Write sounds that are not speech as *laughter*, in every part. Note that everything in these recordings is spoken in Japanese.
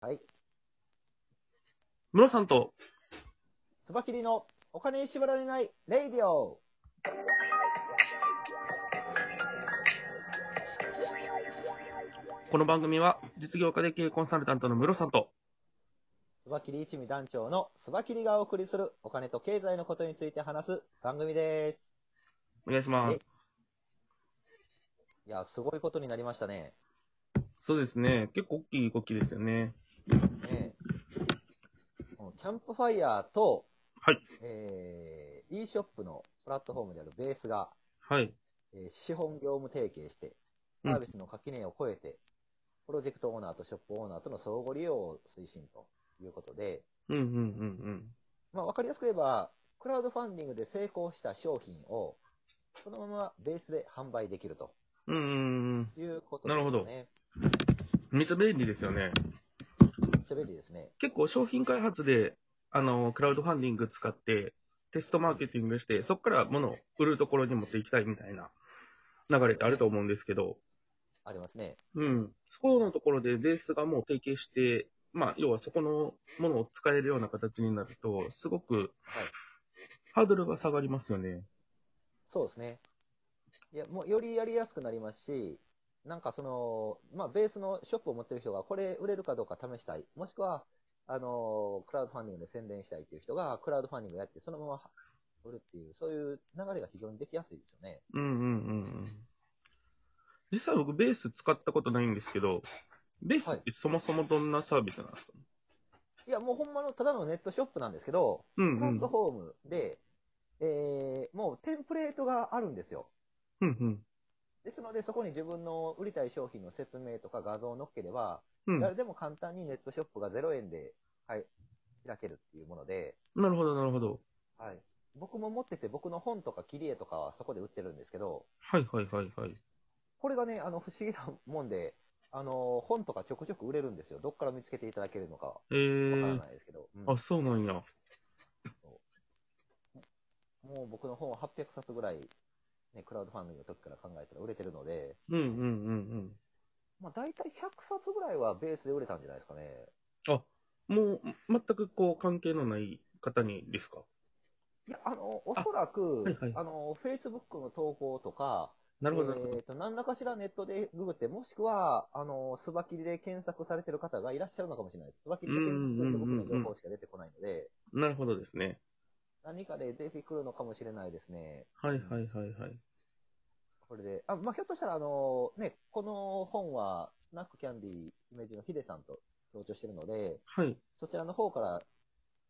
はい。ムロさんと、つばきりのお金に縛られないレイディオ。この番組は、実業家で経営コンサルタントのムロさんと、つばきり一味団長のつばきりがお送りするお金と経済のことについて話す番組です。お願いしますえ。いや、すごいことになりましたね。そうですね。結構大きい動きですよね。ねえこのキャンプファイヤーと、はいえー、e ショップのプラットフォームであるベースが、はい。えー資本業務提携して、サービスの垣根を越えて、プロジェクトオーナーとショップオーナーとの相互利用を推進ということで、うんうんうんまあ、わかりやすく言えば、クラウドファンディングで成功した商品を、そのままベースで販売できるとうん。うんうんうん。いうことですよね。なるほどめっめっちゃ便利ですよね。ちゃ便利ですね。結構商品開発で、あの、クラウドファンディング使って、テストマーケティングして、そこから物を売るところに持っていきたいみたいな流れってあると思うんですけど、ありますね。うん。そこのところでベースがもう提携して、まあ、要はそこのものを使えるような形になると、すごく、ハードルが下がりますよね。そうですね。いや、もうよりやりやすくなりますし、なんかその、まあ、ベースのショップを持ってる人が、これ売れるかどうか試したい。もしくは、あの、クラウドファンディングで宣伝したいっていう人が、クラウドファンディングやって、そのまま売るっていう、そういう流れが非常にできやすいですよね。うんうんうんうん。実際僕、ベース使ったことないんですけど、ベースってそもそもどんなサービスなんですか、いや、もうほんまの、ただのネットショップなんですけど、うんプうラん。ットフォームで、えーもうテンプレートがあるんですよ。うんうん。ですので、そこに自分の売りたい商品の説明とか画像を載っければ、うん。誰でも簡単にネットショップが0円で、はい、開けるっていうもので、なるほど、なるほど。はい、僕も持ってて、僕の本とか切り絵とかはそこで売ってるんですけど、はいはいはいはい。これがね、あの不思議なもんで、あの本とかちょくちょく売れるんですよ。どっから見つけていただけるのかわえからー、ないですけど、うんあ、そうなんや。もう僕の本は800冊ぐらい、ね、クラウドファンディングの時から考えたら売れてるので、うんうんうんまあ、大体100冊ぐらいはベースで売れたんじゃないですかね。うん。もう、全くこう、関係のない方にですかいや、あの、おそらく、あ,、はいはいの、Facebook の投稿とか、なるほど、なるほど。えっ、と、何らかしらネットでググって、もしくは、あの、スバキリで検索されてる方がいらっしゃるのかもしれないです。スバキリで検索すると僕の情報しか出てこないので、なるほどですね。何かで出てくるのかもしれないですね。はいはいはいはい。これで、あ、まあ、ひょっとしたら、あの、ね、この本は、スナックキャンディーイメージのヒデさんと強調してるので、はい。そちらの方から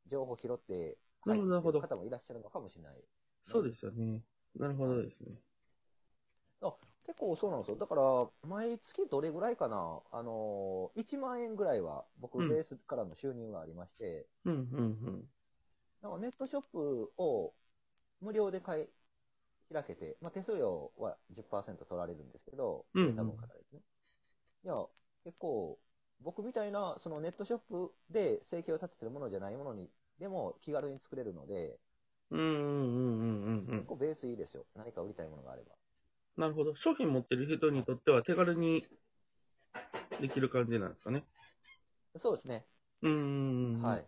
情報を拾って、なるほどなるほど入ってる方もいらっしゃるのかもしれない。そうですよね。なるほどですね。結構そうなんですよ。だから、毎月どれぐらいかな、あのー、1万円ぐらいは、僕、うんベースからの収入がありまして、うんうんなんかネットショップを無料で買い、開けて、まあ、手数料は10%取られるんですけど、うんうんデータ分からですね。いや、結構、僕みたいな、そのネットショップで生計を立ててるものじゃないものに、でも気軽に作れるので、うん。うんうんうんうんうんう結ん。構ベースいいですよ。何か売りたいものがあれば。なるほど。商品持ってる人にとっては手軽にできる感じなんですかね。そうですね。うんうんうん。はい。。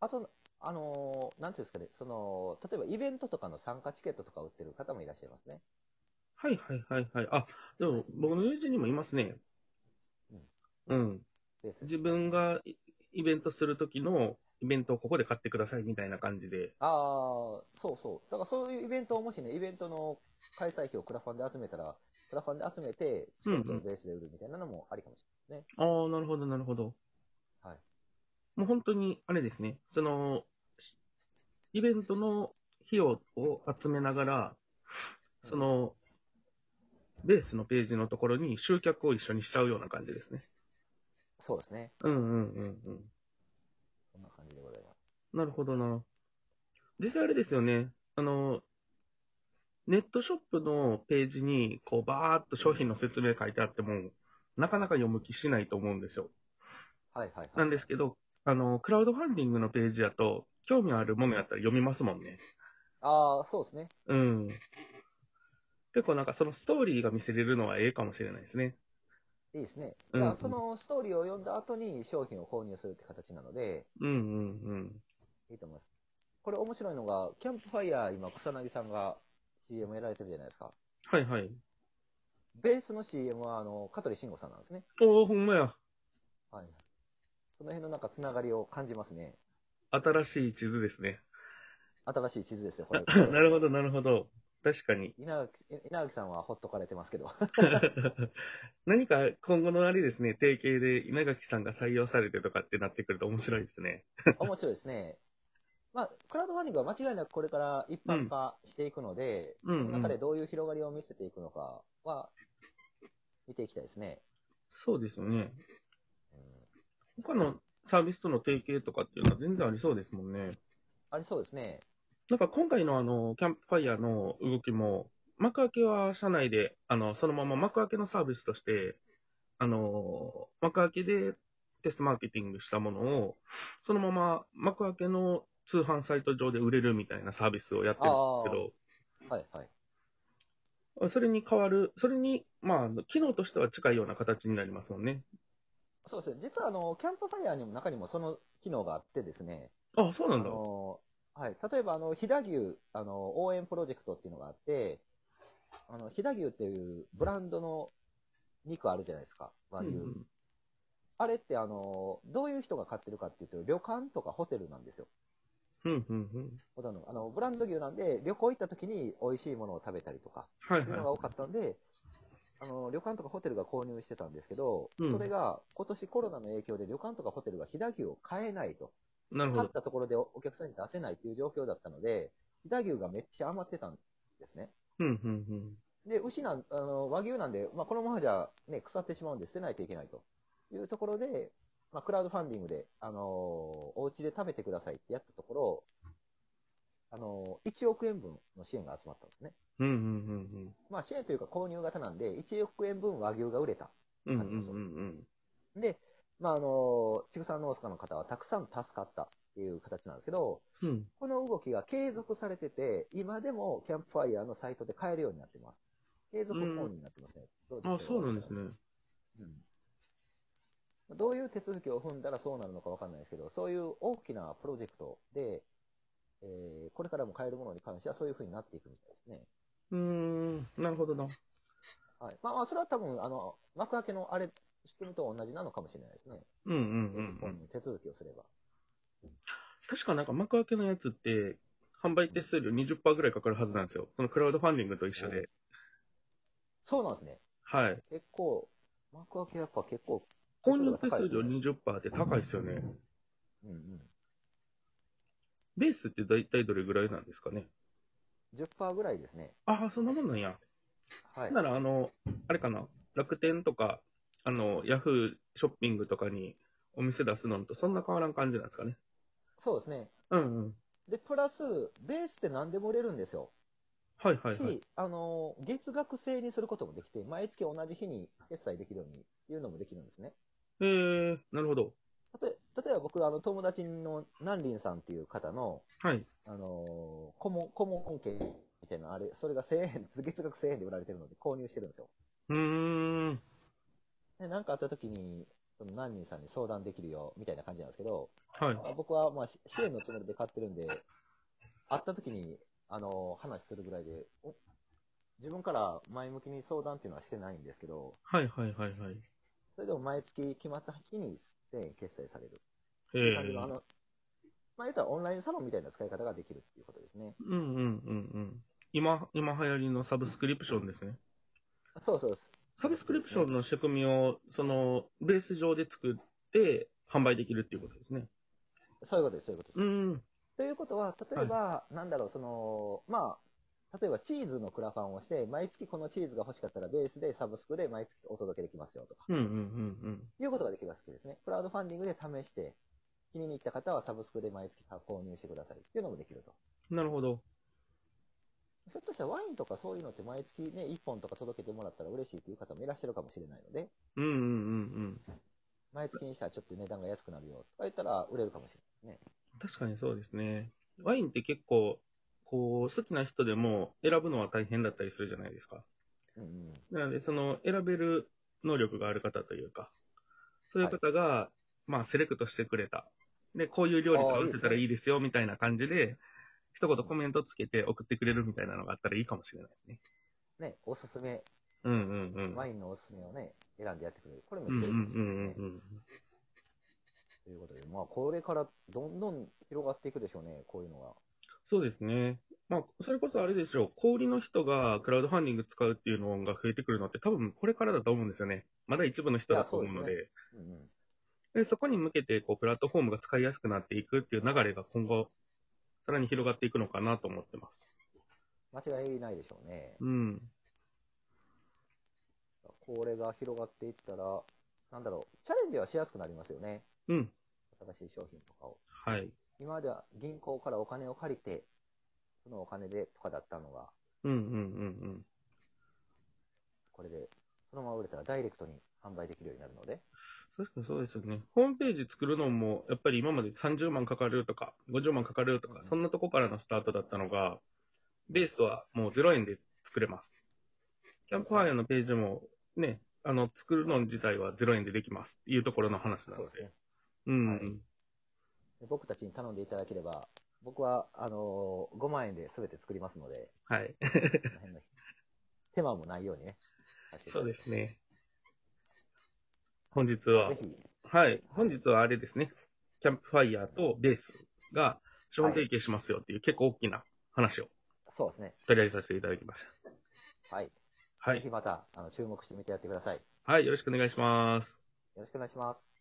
あと、あのーなんていうんですかね、その、例えばイベントとかの参加チケットとか売ってる方もいらっしゃいますね。はいはいはいはい。あ、でも僕の友人にもいますね。うん。ベース自分がイイベントする時のイベントをここで買ってくださいみたいな感じで。ああ、そうそう。だからそういうイベントをもしね、イベントの開催費をクラファンで集めたら、クラファンで集めて、チケットをベースで売るみたいなのもありかもしれないですね。ああ、なるほどなるほど。はい。もう本当に、あれですね。その、しイベントの費用を集めながら、その、ベースのページのところに集客を一緒にしちゃうような感じですね。そうですね。うんうんうんうん。そんな感じでございます。なるほどな。実際あれですよね。あの、ネットショップのページに、こう、バーっと商品の説明書いてあっても、なかなか読む気しないと思うんですよ。はいはいはい。なんですけど、あの、クラウドファンディングのページだと、興味あるものやったら読みますもんね。ああ、そうですね。うん。結構なんかそのストーリーが見せれるのはええかもしれないですね。いいですね。うんだからそのストーリーを読んだ後に商品を購入するって形なので、うんうんいいと思います。これ面白いのが、キャンプファイヤー、今、草薙さんが CM やられてるじゃないですか。はいはい。ベースの CM は、あの、香取慎吾さんなんですね。おお、ほんまや。はい。その辺のなんかつながりを感じますね。新しい地図ですね。新しい地図ですよ、これ。 *laughs* なるほど、なるほど。確かに。稲垣稲垣さんはほっとかれてますけど。 *laughs* 何か今後のあれですね、提携で稲垣さんが採用されてとかってなってくると面白いですね。面白いですね。まあ、クラウドファンディングは間違いなくこれから一般化していくので、うんうんその中でどういう広がりを見せていくのかは、見ていきたいですね。そうですね。うん他のサービスとの提携とかっていうのは全然ありそうですもんね。ありそうですね。なんか今回のあの、キャンプファイヤーの動きも、幕開けは社内で、あの、そのまま幕開けのサービスとして、あの、幕開けでテストマーケティングしたものを、そのまま幕開けの通販サイト上で売れるみたいなサービスをやってるんですけど、はいはい。それに変わる、それに、まあ、機能としては近いような形になりますもんね。そうですね。実はあの、キャンプファイヤーにも中にもその機能があってですね。あ、そうなあんだ。の、はい。例えばあの、飛騨牛、あの、応援プロジェクトっていうのがあって、あの、飛騨牛っていうブランドの肉あるじゃないですか。和牛。うんあれってあの、どういう人が買ってるかっていうと、旅館とかホテルなんですよ。うん、うん、うん。ほとんどあの、ブランド牛なんで、旅行行った時に美味しいものを食べたりとか、はいいうのはが多かったんで、あの、旅館とかホテルが購入してたんですけど、うんそれが今年コロナの影響で旅館とかホテルが飛騨牛を買えないと。い。なるほ買っど。たところでおお客さんに出せないっていう状況だったので、飛騨牛がめっちゃ余ってたんですね。うん、うん、うん。で、牛なん、あの、和牛なんで、まあ、このままじゃね、腐ってしまうんで捨てないといけないというところで、まあ、クラウドファンディングで、あのーお家で食べてくださいってやったところ、あのー1億円分の支援が集まったんですね。うん、うん、うん、まあ、支援というか購入型なんで、1億円分和牛が売れた。うん。うん、うん、うん。で、まあ、あのー畜産農家の方はたくさん助かったっていう形なんですけど、うん。この動きが継続されてて、今でもキャンプファイヤーのサイトで買えるようになってます。継続購入になってますね。どあで、しょそうなんですね。うんどういう手続きを踏んだらそうなるのかわかんないですけど、そういう大きなプロジェクトで、えーこれからも買えるものに関してはそういうふうになっていくみたいですね。うーん、なるほどな。はい。まあまあ、それは多分、あの、幕開けのあれ、仕組みと同じなのかもしれないですね。うんうん継う続んう購ん。入手続きをすれば。確かなんか幕開けのやつって、販売手数料20%ぐらいかかるはずなんですよ。そのクラウドファンディングと一緒で。そうなんですね。はい。結構、幕開けやっぱ結構、購入手数料20%って高いですよね。うんうん。ベースって大体どれぐらいなんですかね。 10%ぐらいですね。ああ、そんなもんなんや。はい。なら、あの、あれかな。楽天とか、あの、ヤフーショッピングとかにお店出すのとそんな変わらん感じなんですかね。そうですね。うんうん。で、プラス、ベースって何でも売れるんですよ。はいはいはい。し、あの、月額制にすることもできて、毎月同じ日に決済できるように、いうのもできるんですね。えー、なるほど。例え例えば僕、あの、友達の南林さんっていう方の、はい。あの、顧問、顧問券みたいな、あれ、それが1000円、月額1000円で売られてるので購入してるんですよ。うーん。で、なんかあった時に、その南林さんに相談できるよ、みたいな感じなんですけど、はい。まあ僕はまあし支援のつもりで買ってるんで、会った時に、あの、話するぐらいで、お自分から前向きに相談っていうのはしてないんですけど、はいはいはいはい。それでも毎月決まった日に1000円決済される。え感じの、あー。の、まあ言ったらオンラインサロンみたいな使い方ができるっていうことですね。うんうんうんうん。今、今流行りのサブスクリプションですね。そうそうです。サブスクリプションの仕組みを、その、ベース上で作って、販売できるっていうことですね。そういうことです、そういうことです。うん。ということは、例えば、なんだろう、その、まあ、例えばチーズのクラファンをして、毎月このチーズが欲しかったらベースでサブスクで毎月お届けできますよとか、うんうんうんいうことができるわけですね。クラウドファンディングで試して、気に入った方はサブスクで毎月購入してくださいっていうのもできると。うん。なるほど。ひょっとしたらワインとかそういうのって毎月ね、1本とか届けてもらったら嬉しいっていう方もいらっしゃるかもしれないので、うんうんうん毎月にしたらちょっと値段が安くなるよとか言ったら売れるかもしれないですね。うん。確かにそうですね。ワインって結構、こう、好きな人でも選ぶのは大変だったりするじゃないですか。うんうん。なので、その、選べる能力がある方というか、そういう方が、まあ、セレクトしてくれた。で、こういう料理とかあー売ってたらいいいですよ、みたいな感じで、一言コメントつけて送ってくれるみたいなのがあったらいいかもしれないですね。ね、おすすめ、うんうんうん。ワインのおすすめをね、選んでやってくれる。これうめんっうんちゃういいですよね。といんうんうん。うことで、まあ、これからどんどん広がっていくでしょうね、こういうのが。そうですね。まあ、それこそあれでしょう。小売りの人がクラウドファンディング使うっていうのが増えてくるのって多分これからだと思うんですよね。まだ一部の人だと思うのいやそうで。でそうんうん。でそこに向けて、こう、プラットフォームが使いやすくなっていくっていう流れが今後、さらに広がっていくのかなと思ってます。間違いないでしょうね。うん。これが広がっていったら、なんだろう、チャレンジはしやすくなりますよね。うん。新しい商品とかを。はい。今までは銀行からお金を借りて、そのお金でとかだったのが、うんうんうんこれで、そのまま売れたらダイレクトに販売できるようになるので。うん。確かにそうですよね。ホームページ作るのも、やっぱり今まで30万かかるとか、50万かかるとか、そんなとこからのスタートだったのが、ベースはもう0円で作れます。キャンプファイアのページも、ね、あの、作るの自体は0円でできますっていうところの話なそうでのすで。ね。うんはいで僕たちに頼んでいただければ、僕は、あのー5万円で全て作りますので、はい。その辺の手間もないようにね。そうですね。本日はぜ、ひ、はい。本日はあれですね。キャンプファイヤーとベースが資本はい提携しますよっていう結構大きな話をそうですね。取り上げさせていただきました。はい。はぜいひ。また、あの、注目してみてやってください。よはい。よろしくお願いします。ろしくお願いします。